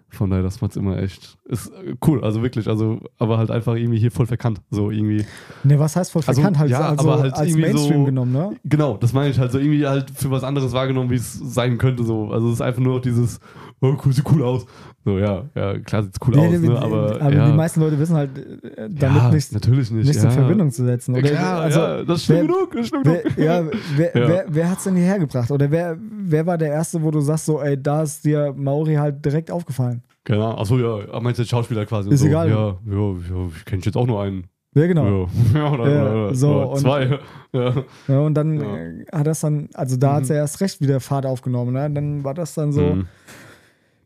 Speaker 2: von daher, das macht's immer echt. Ist äh, cool, also wirklich, also, aber halt einfach irgendwie hier voll verkannt. So irgendwie.
Speaker 1: Ne, was heißt voll
Speaker 2: Also,
Speaker 1: verkannt? halt,
Speaker 2: ja,
Speaker 1: also
Speaker 2: aber halt
Speaker 1: als
Speaker 2: irgendwie
Speaker 1: Mainstream
Speaker 2: so-
Speaker 1: genommen, ne?
Speaker 2: Genau, das meine ich halt so irgendwie halt für was anderes wahrgenommen, wie es sein könnte. So. Also es ist einfach nur noch dieses, oh, cool, sieht cool aus. So, ja, ja, klar sieht's cool
Speaker 1: Nee,
Speaker 2: aus,
Speaker 1: nee,
Speaker 2: ne?
Speaker 1: nee,
Speaker 2: Aber,
Speaker 1: aber
Speaker 2: ja,
Speaker 1: die meisten Leute wissen halt äh, damit
Speaker 2: ja,
Speaker 1: nicht,
Speaker 2: natürlich nicht.
Speaker 1: nichts
Speaker 2: ja.
Speaker 1: in Verbindung zu setzen. Oder,
Speaker 2: Ja, klar,
Speaker 1: also,
Speaker 2: ja, das ist schlimm
Speaker 1: wer-
Speaker 2: genug, das ist schlimm genug.
Speaker 1: Wer, ja, wer,
Speaker 2: Ja.
Speaker 1: wer, wer hat es denn hierher gebracht? Oder wer, wer war der Erste, wo du sagst, so, ey, da ist dir Maori halt direkt aufgefallen?
Speaker 2: Genau, achso, ja, ah, meinst du jetzt Schauspieler quasi? und
Speaker 1: Ist
Speaker 2: so.
Speaker 1: egal.
Speaker 2: Ja, ja, ja ich kenne jetzt auch nur einen.
Speaker 1: Ja, genau.
Speaker 2: Ja, ja, oder,
Speaker 1: Ja,
Speaker 2: oder, oder,
Speaker 1: so,
Speaker 2: oder
Speaker 1: und-
Speaker 2: zwei. Ja.
Speaker 1: Ja. und dann
Speaker 2: Ja.
Speaker 1: äh, hat das dann, also da hat es ja erst recht wieder Fahrt aufgenommen. Ne? Dann war das dann so,
Speaker 2: Mhm.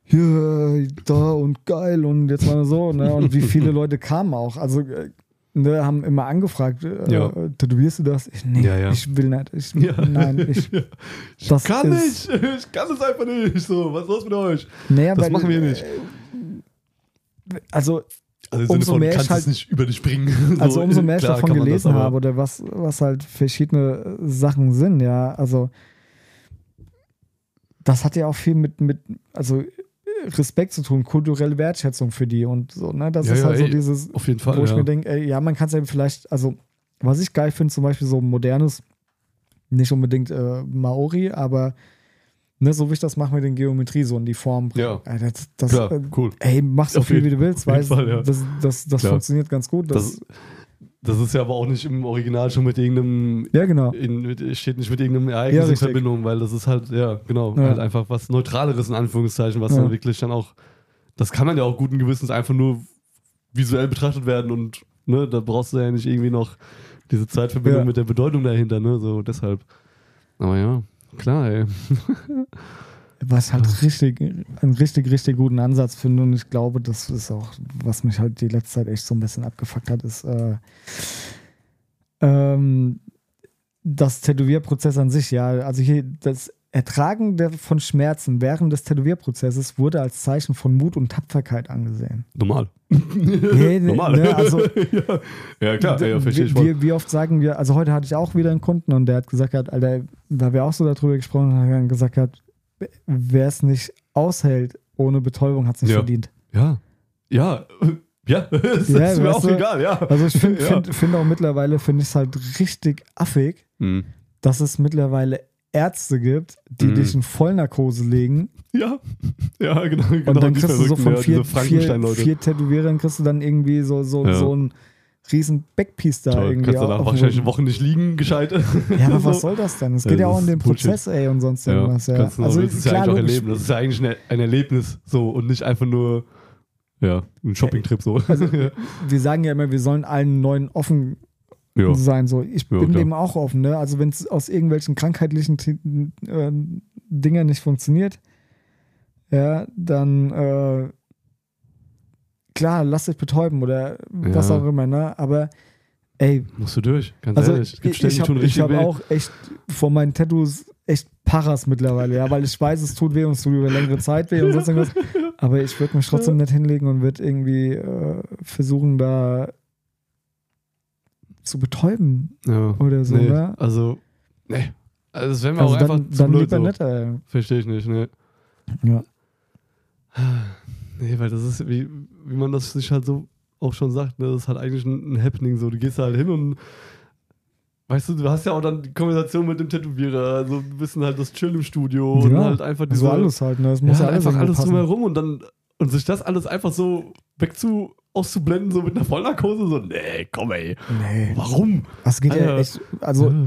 Speaker 1: hier, da und geil und jetzt mal so. Ne? Und wie viele Leute kamen auch? Also, äh, ne, haben immer angefragt, äh,
Speaker 2: Ja.
Speaker 1: tätowierst du das? Ich, nee,
Speaker 2: Ja, ja.
Speaker 1: ich will nicht. Ich,
Speaker 2: Ja.
Speaker 1: Nein, ich, das
Speaker 2: Kann
Speaker 1: ist,
Speaker 2: ich! Ich kann es einfach nicht! So, was ist los mit euch?
Speaker 1: Nee, aber,
Speaker 2: Das machen wir nicht.
Speaker 1: Also,
Speaker 2: Also im
Speaker 1: Umso
Speaker 2: Sinne von,
Speaker 1: mehr ich
Speaker 2: kannst
Speaker 1: halt-
Speaker 2: es nicht über dich bringen. So,
Speaker 1: Also umso mehr ich
Speaker 2: klar
Speaker 1: davon
Speaker 2: kann man das,
Speaker 1: gelesen
Speaker 2: aber-
Speaker 1: habe oder was, was halt verschiedene äh, Sachen sind, ja. Also das hat ja auch viel mit, mit also äh, Respekt zu tun, kulturelle Wertschätzung für die und so, ne? Das
Speaker 2: Ja,
Speaker 1: ist
Speaker 2: ja,
Speaker 1: halt so
Speaker 2: ey,
Speaker 1: dieses,
Speaker 2: Auf jeden Fall.
Speaker 1: wo ich
Speaker 2: ja.
Speaker 1: mir denke, ey, ja, man kann es ja vielleicht, also was ich geil finde, zum Beispiel so modernes, nicht unbedingt äh, Maori, aber ne, so wie ich das mache mit den Geometrie, so in die Form
Speaker 2: Ja.
Speaker 1: Ey, das, das,
Speaker 2: Klar,
Speaker 1: äh,
Speaker 2: cool.
Speaker 1: Ey, mach so
Speaker 2: Auf
Speaker 1: viel,
Speaker 2: jeden-
Speaker 1: wie du willst,
Speaker 2: auf jeden
Speaker 1: weißt
Speaker 2: Fall, ja.
Speaker 1: Das, das, das
Speaker 2: Klar.
Speaker 1: funktioniert ganz gut. Das,
Speaker 2: Das, das ist ja aber auch nicht im Original schon mit irgendeinem.
Speaker 1: ja, genau.
Speaker 2: In, mit, steht nicht mit irgendeinem Ereignis
Speaker 1: Ja,
Speaker 2: in
Speaker 1: richtig.
Speaker 2: Verbindung, weil das ist halt, ja, genau,
Speaker 1: Ja.
Speaker 2: halt einfach was Neutraleres in Anführungszeichen, was
Speaker 1: Ja.
Speaker 2: dann wirklich dann auch. Das kann dann ja auch guten Gewissens einfach nur visuell betrachtet werden und ne, da brauchst du ja nicht irgendwie noch diese Zeitverbindung
Speaker 1: Ja.
Speaker 2: mit der Bedeutung dahinter, ne? So deshalb. Aber ja, klar, ey.
Speaker 1: Was halt richtig, einen richtig, richtig guten Ansatz finde. Und ich glaube, das ist auch, was mich halt die letzte Zeit echt so ein bisschen abgefuckt hat, ist äh, ähm, das Tätowierprozess an sich, ja. Also hier das Ertragen der, von Schmerzen während des Tätowierprozesses wurde als Zeichen von Mut und Tapferkeit angesehen.
Speaker 2: Normal.
Speaker 1: Nee, nee,
Speaker 2: Normal.
Speaker 1: ne, also-
Speaker 2: ja. ja, klar, ja, verstehe ich
Speaker 1: wie,
Speaker 2: voll.
Speaker 1: wie, wie oft sagen wir, also heute hatte ich auch wieder einen Kunden und der hat gesagt, hat, Alter, da wir auch so darüber gesprochen haben, hat er gesagt hat, wer es nicht aushält ohne Betäubung, hat es nicht
Speaker 2: Ja.
Speaker 1: verdient.
Speaker 2: Ja. Ja. Ja, das
Speaker 1: Ja,
Speaker 2: ist mir
Speaker 1: weißt
Speaker 2: auch
Speaker 1: du,
Speaker 2: egal, ja.
Speaker 1: Also ich finde
Speaker 2: Ja.
Speaker 1: find, find auch mittlerweile, finde ich es halt richtig affig,
Speaker 2: Mhm.
Speaker 1: dass es mittlerweile Ärzte gibt, die
Speaker 2: Mhm.
Speaker 1: dich in Vollnarkose legen
Speaker 2: Ja, ja, genau. genau
Speaker 1: und dann
Speaker 2: die
Speaker 1: kriegst du so
Speaker 2: Verrückten,
Speaker 1: von
Speaker 2: ja,
Speaker 1: vier,
Speaker 2: diese
Speaker 1: vier,
Speaker 2: Frankenstein-Leute.
Speaker 1: vier Tätowierern kriegst du dann irgendwie so, so,
Speaker 2: Ja.
Speaker 1: so ein riesen Backpiece da
Speaker 2: Toll,
Speaker 1: irgendwie
Speaker 2: Kannst du
Speaker 1: auf-
Speaker 2: danach
Speaker 1: auf dem
Speaker 2: wahrscheinlich
Speaker 1: Rücken.
Speaker 2: eine Woche nicht liegen, gescheit.
Speaker 1: Ja, aber was
Speaker 2: So.
Speaker 1: soll das denn? Es
Speaker 2: Ja,
Speaker 1: geht ja,
Speaker 2: das
Speaker 1: auch um
Speaker 2: ist
Speaker 1: den
Speaker 2: Bullshit.
Speaker 1: Prozess, ey, und sonst irgendwas. Ja,
Speaker 2: Kannst du also, das ist ja eigentlich auch
Speaker 1: logisch.
Speaker 2: erleben. Das ist ja eigentlich ein, ein Erlebnis so und nicht einfach nur ja, ein Shopping-Trip so.
Speaker 1: Also, Wir sagen ja immer, wir sollen allen neuen offen,
Speaker 2: Ja.
Speaker 1: sein. So, ich
Speaker 2: Ja,
Speaker 1: bin
Speaker 2: klar.
Speaker 1: dem auch offen. Ne? Also wenn es aus irgendwelchen krankheitlichen T- äh, Dingen nicht funktioniert, ja, dann äh, klar, lasst euch betäuben oder was
Speaker 2: Ja.
Speaker 1: auch immer. Ne? Aber ey,
Speaker 2: Musst du durch, ganz
Speaker 1: also
Speaker 2: ehrlich. Es gibt
Speaker 1: ich,
Speaker 2: Stellen,
Speaker 1: ich
Speaker 2: die tun
Speaker 1: habe
Speaker 2: richtig
Speaker 1: hab
Speaker 2: weh.
Speaker 1: auch echt vor meinen Tattoos echt Paras mittlerweile, ja, weil ich weiß, es tut weh und es tut über längere Zeit weh und sonst irgendwas. Aber ich würde mich trotzdem nicht hinlegen und würde irgendwie äh, versuchen, da zu betäuben
Speaker 2: ja.
Speaker 1: oder so,
Speaker 2: nee,
Speaker 1: ne?
Speaker 2: Also, nee. Also, das wäre mir
Speaker 1: Also
Speaker 2: auch
Speaker 1: dann,
Speaker 2: einfach zu
Speaker 1: dann
Speaker 2: blöd.
Speaker 1: lieber
Speaker 2: So.
Speaker 1: nicht, ey.
Speaker 2: Verstehe ich nicht, ne.
Speaker 1: Ja.
Speaker 2: Nee, weil das ist, wie, wie man das sich halt so auch schon sagt, ne, das ist halt eigentlich ein, ein Happening. So, du gehst halt hin und weißt du, du hast ja auch dann die Konversation mit dem Tätowierer, also ein bisschen halt das Chill im Studio und
Speaker 1: Ja,
Speaker 2: halt einfach diese,
Speaker 1: So alles halt, ne? Es muss ja,
Speaker 2: ja,
Speaker 1: alles
Speaker 2: einfach alles
Speaker 1: passen.
Speaker 2: drumherum und dann und sich das alles einfach so wegzu auszublenden, so mit einer Vollnarkose, so, nee, komm ey,
Speaker 1: Nee.
Speaker 2: warum?
Speaker 1: Es geht ja
Speaker 2: Alter.
Speaker 1: echt, also
Speaker 2: Ja.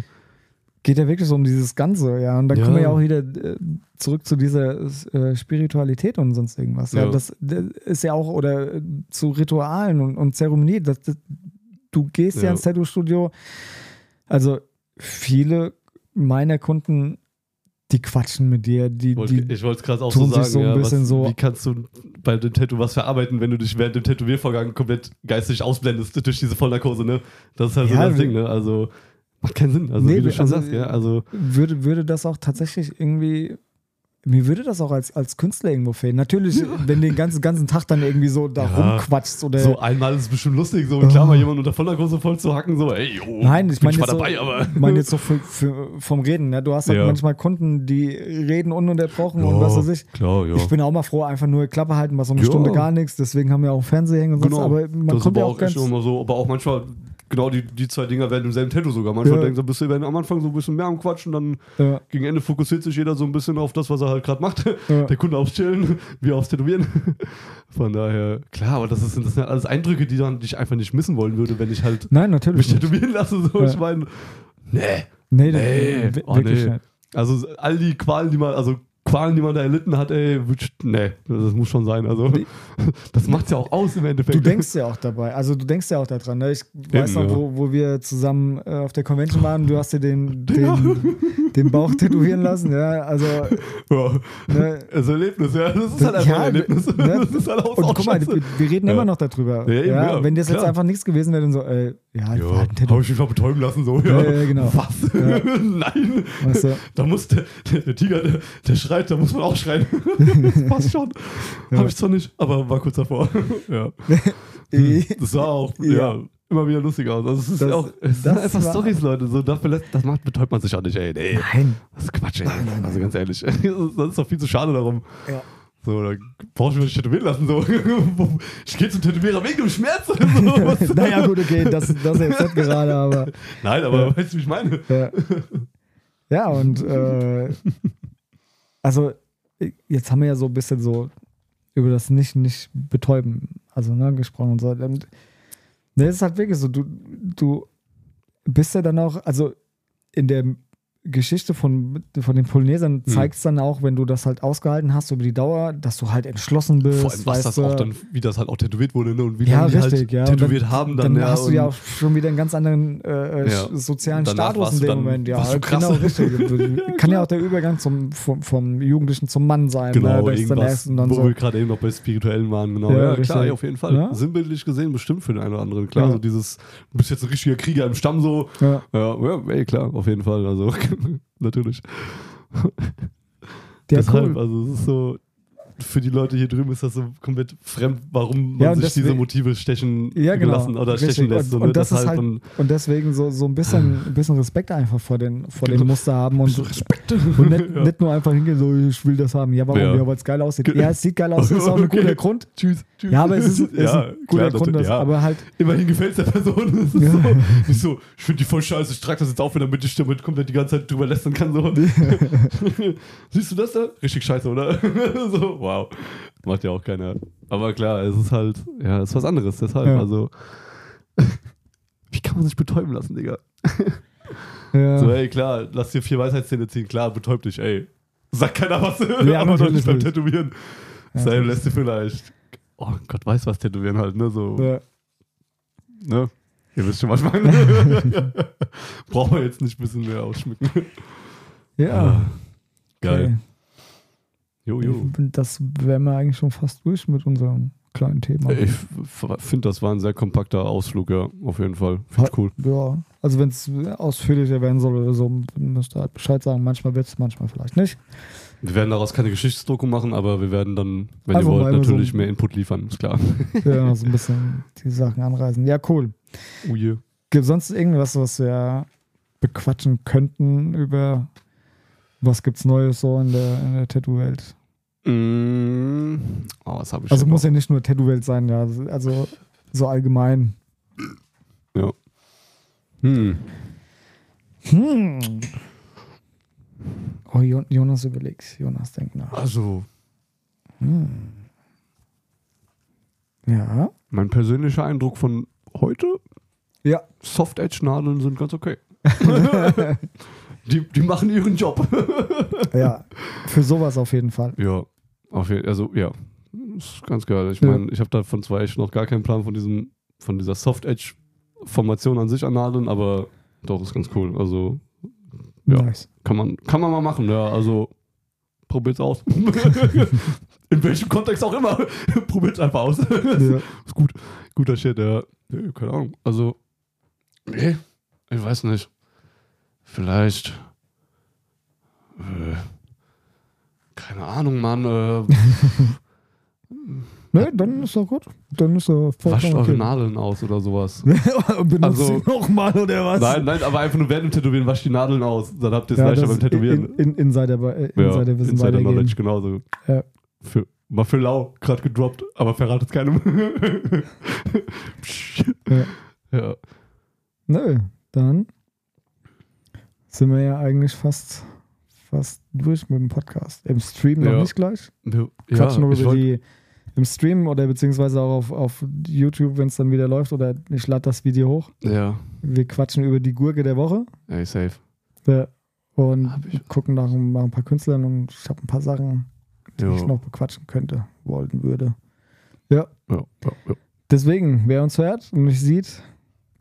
Speaker 1: geht ja wirklich so um dieses Ganze, ja. Und dann
Speaker 2: Ja.
Speaker 1: kommen wir ja auch wieder äh, zurück zu dieser äh, Spiritualität und sonst irgendwas. Ja.
Speaker 2: Ja.
Speaker 1: Das, das ist ja auch, oder äh, zu Ritualen und, und Zeremonien. Das, das, du gehst ja,
Speaker 2: Ja.
Speaker 1: ins Tattoo-Studio. Also viele meiner Kunden, die quatschen mit dir, die,
Speaker 2: Wollte-
Speaker 1: die
Speaker 2: ich wollte es gerade auch so
Speaker 1: tun sich
Speaker 2: sagen.
Speaker 1: so ein
Speaker 2: ja,
Speaker 1: bisschen
Speaker 2: was,
Speaker 1: so-
Speaker 2: Wie kannst du bei dem Tattoo was verarbeiten, wenn du dich während dem Tätowiervorgang komplett geistig ausblendest durch diese Vollnarkose, ne? Das ist halt
Speaker 1: Ja,
Speaker 2: so das
Speaker 1: wir-
Speaker 2: Ding, ne? Also macht keinen Sinn. Also
Speaker 1: Nee,
Speaker 2: wie du
Speaker 1: wir-
Speaker 2: schon
Speaker 1: also-
Speaker 2: sagst, ja. Also
Speaker 1: würde, würde das auch tatsächlich irgendwie. Mir würde das auch als, als Künstler irgendwo fehlen. Natürlich, wenn du den ganzen, ganzen Tag dann irgendwie so da
Speaker 2: Ja.
Speaker 1: rumquatschst oder
Speaker 2: so einmal ist es bestimmt lustig, so klar
Speaker 1: Äh, Oh.
Speaker 2: mal jemanden unter Vollnarkose voll zu hacken, so, ey, yo,
Speaker 1: Nein, ich
Speaker 2: Oh, bin
Speaker 1: meine
Speaker 2: mal
Speaker 1: jetzt, so,
Speaker 2: dabei, aber.
Speaker 1: ich meine jetzt so für, für, vom Reden. Ne? Du hast halt
Speaker 2: Ja.
Speaker 1: manchmal Kunden, die reden ununterbrochen und was weiß ich.
Speaker 2: Klar, ja.
Speaker 1: Ich bin auch mal froh, einfach nur Klappe halten, was so eine
Speaker 2: Ja.
Speaker 1: Stunde gar nichts. Deswegen haben wir auch einen Fernseher hängen und sonst. Aber man
Speaker 2: Genau. das ist
Speaker 1: kommt
Speaker 2: aber
Speaker 1: ja
Speaker 2: auch
Speaker 1: auch ganz.
Speaker 2: echt immer so, aber auch manchmal, genau die, die zwei Dinger werden im selben Tattoo sogar. Manchmal
Speaker 1: Ja.
Speaker 2: denkst du, bist du am Anfang so ein bisschen mehr am Quatschen, dann
Speaker 1: Ja.
Speaker 2: gegen Ende fokussiert sich jeder so ein bisschen auf das, was er halt gerade macht.
Speaker 1: Ja.
Speaker 2: Der Kunde aufs Chillen, wir aufs Tätowieren. Von daher, klar, aber das, ist, das sind halt alles Eindrücke, die, dann, die ich einfach nicht missen wollen würde, wenn ich halt
Speaker 1: Nein,
Speaker 2: mich
Speaker 1: natürlich. Nicht.
Speaker 2: tätowieren lasse. So,
Speaker 1: Ja.
Speaker 2: ich meine, ne? nee,
Speaker 1: Nee,
Speaker 2: nee,
Speaker 1: nee.
Speaker 2: oh,
Speaker 1: wirklich
Speaker 2: nee.
Speaker 1: nicht.
Speaker 2: Also all die Qualen, die man, also Qualen, die man da erlitten hat, ey, würd ich- nee, das muss schon sein. Also das macht's ja auch aus im Endeffekt.
Speaker 1: Du denkst ja auch dabei, also du denkst ja auch daran. Ne? Ich weiß
Speaker 2: Eben,
Speaker 1: noch,
Speaker 2: ja.
Speaker 1: wo, wo wir zusammen äh, auf der Convention waren, du hast dir den, den, den Bauch tätowieren lassen. Ja, also,
Speaker 2: Ja.
Speaker 1: ne,
Speaker 2: Das Erlebnis, ja. Das ist halt einfach ein Erlebnis.
Speaker 1: ne?
Speaker 2: Das ist halt auch,
Speaker 1: Und
Speaker 2: auch
Speaker 1: guck mal,
Speaker 2: scheiße.
Speaker 1: wir, wir reden
Speaker 2: Ja.
Speaker 1: immer noch darüber.
Speaker 2: Ja,
Speaker 1: Ja,
Speaker 2: eben, ja,
Speaker 1: wenn das jetzt
Speaker 2: klar.
Speaker 1: einfach nichts gewesen wäre, dann so, äh, ja, ja.
Speaker 2: Ja,
Speaker 1: Halt ein Tattoo.
Speaker 2: habe ich mich mal betäuben lassen, so. Ja,
Speaker 1: Ja, ja, genau.
Speaker 2: Was?
Speaker 1: Ja.
Speaker 2: Nein.
Speaker 1: Weißt du?
Speaker 2: Da muss der, der, der Tiger, der, der schreit, da muss man auch schreien. das passt schon.
Speaker 1: Ja.
Speaker 2: Habe ich zwar nicht, aber war kurz davor. ja.
Speaker 1: Äh,
Speaker 2: Das sah auch, ja.
Speaker 1: Ja.
Speaker 2: Immer wieder lustig aus. Also es ist
Speaker 1: Das-
Speaker 2: ja auch, es sind
Speaker 1: das
Speaker 2: einfach
Speaker 1: war-
Speaker 2: Storys, Leute. So, dafür lässt, das macht, betäubt man sich auch nicht, ey. Nee,
Speaker 1: Nein.
Speaker 2: das ist Quatsch, ey. Also ganz ehrlich, das ist das ist doch viel zu schade darum.
Speaker 1: Ja.
Speaker 2: So, da brauche ich mir nicht tätowieren lassen. So. Ich gehe zum Tätowierer wegen dem Schmerz. So, was-
Speaker 1: naja, gut, okay, das, das jetzt nicht gerade, aber.
Speaker 2: Nein, aber weißt du, wie ich meine?
Speaker 1: Ja, ja und äh, also jetzt haben wir ja so ein bisschen so über das nicht nicht betäuben, also ne, gesprochen und so. Und ne, es ist halt wirklich so, du du bist ja dann auch, also in der Geschichte von, von den
Speaker 2: Mhm.
Speaker 1: Polynesern zeigt es dann auch, wenn du das halt ausgehalten hast über die Dauer, dass du halt entschlossen bist.
Speaker 2: Vor allem, was
Speaker 1: weißt
Speaker 2: das
Speaker 1: du.
Speaker 2: auch dann, wie das halt auch tätowiert wurde, ne? Und wie
Speaker 1: ja,
Speaker 2: lange die
Speaker 1: richtig,
Speaker 2: halt
Speaker 1: ja. Und
Speaker 2: tätowiert haben, dann, ja,
Speaker 1: hast du ja
Speaker 2: und-
Speaker 1: auch schon wieder einen ganz anderen äh, äh,
Speaker 2: Ja.
Speaker 1: sch- sozialen
Speaker 2: Danach
Speaker 1: Status
Speaker 2: warst
Speaker 1: in
Speaker 2: du
Speaker 1: dem
Speaker 2: dann-
Speaker 1: Moment. Ja,
Speaker 2: warst du krass.
Speaker 1: genau, richtig. Kann ja auch der Übergang zum, vom, vom Jugendlichen zum Mann sein. ne?
Speaker 2: Genau,
Speaker 1: Das ist dann
Speaker 2: irgendwas,
Speaker 1: erst und dann
Speaker 2: wo
Speaker 1: so.
Speaker 2: wir gerade eben noch bei Spirituellen waren, genau.
Speaker 1: Ja,
Speaker 2: Ja,
Speaker 1: richtig.
Speaker 2: klar, ja, auf jeden Fall.
Speaker 1: Ja.
Speaker 2: Sinnbildlich gesehen bestimmt für den einen oder anderen, klar.
Speaker 1: Ja.
Speaker 2: So dieses, du bist jetzt ein richtiger Krieger im Stamm so.
Speaker 1: Ja.
Speaker 2: Ja, ja ey, klar, auf jeden Fall. Also, natürlich.
Speaker 1: Ja,
Speaker 2: Deshalb,
Speaker 1: cool.
Speaker 2: also es ist so, für die Leute hier drüben ist das so komplett fremd, warum man
Speaker 1: Ja, und
Speaker 2: sich diese
Speaker 1: deswegen-
Speaker 2: Motive stechen
Speaker 1: Ja, genau.
Speaker 2: gelassen oder
Speaker 1: Richtig.
Speaker 2: stechen lässt.
Speaker 1: Und-
Speaker 2: so,
Speaker 1: und
Speaker 2: ne?
Speaker 1: das ist
Speaker 2: Deshalb
Speaker 1: halt-
Speaker 2: und-
Speaker 1: Und deswegen so, so ein bisschen, ein bisschen Respekt einfach vor den, vor
Speaker 2: Genau.
Speaker 1: den Muster haben und, und nicht, nicht nur einfach hingehen, so ich will das haben. Ja, warum?
Speaker 2: Ja.
Speaker 1: Ja, weil es geil aussieht. Ja, es sieht geil aus, ist auch ein
Speaker 2: Okay.
Speaker 1: guter Grund.
Speaker 2: Tschüss, tschüss.
Speaker 1: Ja, aber es ist, es ist ein guter
Speaker 2: klar,
Speaker 1: Grund,
Speaker 2: natürlich,
Speaker 1: dass,
Speaker 2: ja.
Speaker 1: aber halt,
Speaker 2: Immerhin gefällt es der Person. Das ist
Speaker 1: Ja.
Speaker 2: so, nicht so, ich finde die voll scheiße, ich trage das jetzt auf, damit ich damit komplett die ganze Zeit drüber lästern kann. So. Siehst du das da? Richtig scheiße, oder? so, wow. Macht ja auch keiner. Aber klar, es ist halt, ja, es ist was anderes. Deshalb,
Speaker 1: Ja.
Speaker 2: also, wie kann man sich betäuben lassen, Digga?
Speaker 1: ja.
Speaker 2: So, ey, klar, lass dir vier Weisheitszähne ziehen, klar, betäub dich, ey. Sagt keiner was,
Speaker 1: Ja,
Speaker 2: aber doch
Speaker 1: natürlich
Speaker 2: nicht beim
Speaker 1: nicht.
Speaker 2: Tätowieren.
Speaker 1: Ja,
Speaker 2: Sei
Speaker 1: natürlich.
Speaker 2: lässt du vielleicht. Oh Gott, weiß was tätowieren halt, ne? So,
Speaker 1: ja.
Speaker 2: ne? Ihr wisst schon, was ich meine. Brauchen wir jetzt nicht ein bisschen mehr ausschmücken.
Speaker 1: Ja.
Speaker 2: Ah, Geil. Jo,
Speaker 1: Okay.
Speaker 2: jo.
Speaker 1: Das wären wir eigentlich schon fast durch mit unserem kleinen Thema.
Speaker 2: Äh, Ich finde, das war ein sehr kompakter Ausflug, ja, auf jeden Fall. Finde ich cool.
Speaker 1: Ja, also wenn es ausführlicher werden soll oder so, müsst ihr halt Bescheid sagen. Manchmal wird es, manchmal vielleicht nicht.
Speaker 2: Wir werden daraus keine Geschichtsdoku machen, aber wir werden dann, wenn
Speaker 1: Einfach
Speaker 2: ihr
Speaker 1: mal
Speaker 2: wollt,
Speaker 1: immer
Speaker 2: natürlich
Speaker 1: so-
Speaker 2: mehr Input liefern, ist klar.
Speaker 1: Wir werden noch so ein bisschen die Sachen anreißen. Ja, cool.
Speaker 2: Oh je.
Speaker 1: Gibt sonst irgendwas, was wir bequatschen könnten über was gibt's Neues so in der, in der Tattoo-Welt?
Speaker 2: Mm. Oh, was habe ich
Speaker 1: Also
Speaker 2: denn
Speaker 1: muss
Speaker 2: noch?
Speaker 1: ja nicht nur Tattoo-Welt sein, ja. Also so allgemein.
Speaker 2: hm.
Speaker 1: Hm. Oh, Jo- Jonas überlegt. Jonas denkt nach.
Speaker 2: Also,
Speaker 1: Ja.
Speaker 2: mein persönlicher Eindruck von heute,
Speaker 1: Ja.
Speaker 2: Soft-Edge-Nadeln sind ganz okay. die, die machen ihren Job.
Speaker 1: Ja. Für sowas auf jeden Fall.
Speaker 2: Ja, auf jeden Also, ja. Ist ganz geil. Ich
Speaker 1: Ja.
Speaker 2: meine, ich habe da von zwei echt noch gar keinen Plan von diesem, von dieser Soft-Edge-Formation an sich an Nadeln, aber doch, ist ganz cool. Also, Ja.
Speaker 1: Nice.
Speaker 2: kann man, kann man mal machen, ja. Also, probiert's aus. In welchem Kontext auch immer. probiert's einfach aus.
Speaker 1: Ja.
Speaker 2: Ist gut. Guter Shit, ja. Nee, keine Ahnung. Also, nee, ich weiß nicht. Vielleicht. Äh, keine Ahnung, Mann. Äh,
Speaker 1: Ne, dann ist doch gut. Dann ist doch
Speaker 2: Wascht
Speaker 1: vollkommen
Speaker 2: eure
Speaker 1: okay.
Speaker 2: Nadeln aus oder sowas.
Speaker 1: Benutzt
Speaker 2: Also-
Speaker 1: sie nochmal oder was?
Speaker 2: Nein, nein, aber einfach nur während dem Tätowieren, wascht die Nadeln aus. Dann habt ihr es
Speaker 1: Ja,
Speaker 2: leichter
Speaker 1: das
Speaker 2: beim Tätowieren.
Speaker 1: In, in, Insider, äh,
Speaker 2: Ja,
Speaker 1: Insiderwissen
Speaker 2: Insider
Speaker 1: weitergeben.
Speaker 2: Knowledge, genauso.
Speaker 1: Ja.
Speaker 2: Für, mal für lau, gerade gedroppt, aber verratet keinem.
Speaker 1: Ja.
Speaker 2: ja.
Speaker 1: Nö, dann sind wir ja eigentlich fast, fast durch mit dem Podcast. Im Stream noch
Speaker 2: Ja.
Speaker 1: nicht gleich.
Speaker 2: Ja,
Speaker 1: Quatschen noch
Speaker 2: ich
Speaker 1: über
Speaker 2: wollt-
Speaker 1: die im Stream oder beziehungsweise auch auf, auf YouTube, wenn es dann wieder läuft oder ich lade das Video hoch.
Speaker 2: Ja,
Speaker 1: Wir quatschen über die Gurke der Woche
Speaker 2: ey, safe.
Speaker 1: Ja.
Speaker 2: Hab
Speaker 1: und
Speaker 2: ich.
Speaker 1: gucken nach, nach ein paar Künstlern und ich habe ein paar Sachen, die
Speaker 2: Ja.
Speaker 1: ich noch bequatschen könnte, wollten würde.
Speaker 2: Ja, ja, ja.
Speaker 1: Deswegen, wer uns hört und mich sieht,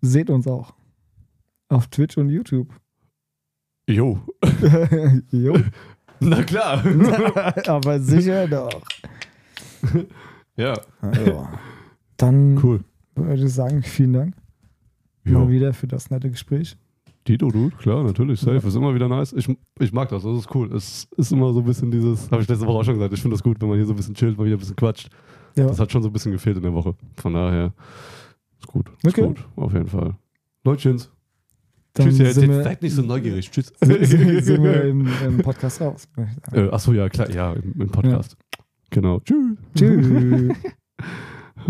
Speaker 1: seht uns auch. Auf Twitch und YouTube.
Speaker 2: Jo,
Speaker 1: jo.
Speaker 2: na klar.
Speaker 1: Aber sicher doch.
Speaker 2: ja,
Speaker 1: Ja. Dann
Speaker 2: cool.
Speaker 1: würde ich sagen, vielen Dank mal
Speaker 2: Jo.
Speaker 1: wieder für das nette Gespräch.
Speaker 2: Dito, du, klar, natürlich, safe. Ist immer wieder nice. Ich, ich mag das, das ist cool. Es ist immer so ein bisschen dieses, habe ich letzte Woche auch schon gesagt, ich finde das gut, wenn man hier so ein bisschen chillt, mal wieder ein bisschen quatscht.
Speaker 1: Ja.
Speaker 2: Das hat schon so ein bisschen gefehlt in der Woche. Von daher ist gut. Ist
Speaker 1: Okay.
Speaker 2: gut, auf jeden Fall. Leutchens.
Speaker 1: Dann
Speaker 2: Tschüss, jetzt,
Speaker 1: sind,
Speaker 2: jetzt
Speaker 1: wir,
Speaker 2: seid nicht so neugierig. Tschüss.
Speaker 1: sind, sind, sind wir im, im Podcast raus.
Speaker 2: äh, achso, ja, klar, ja, im, im Podcast. Genau. Tschüss.
Speaker 1: Tschüss.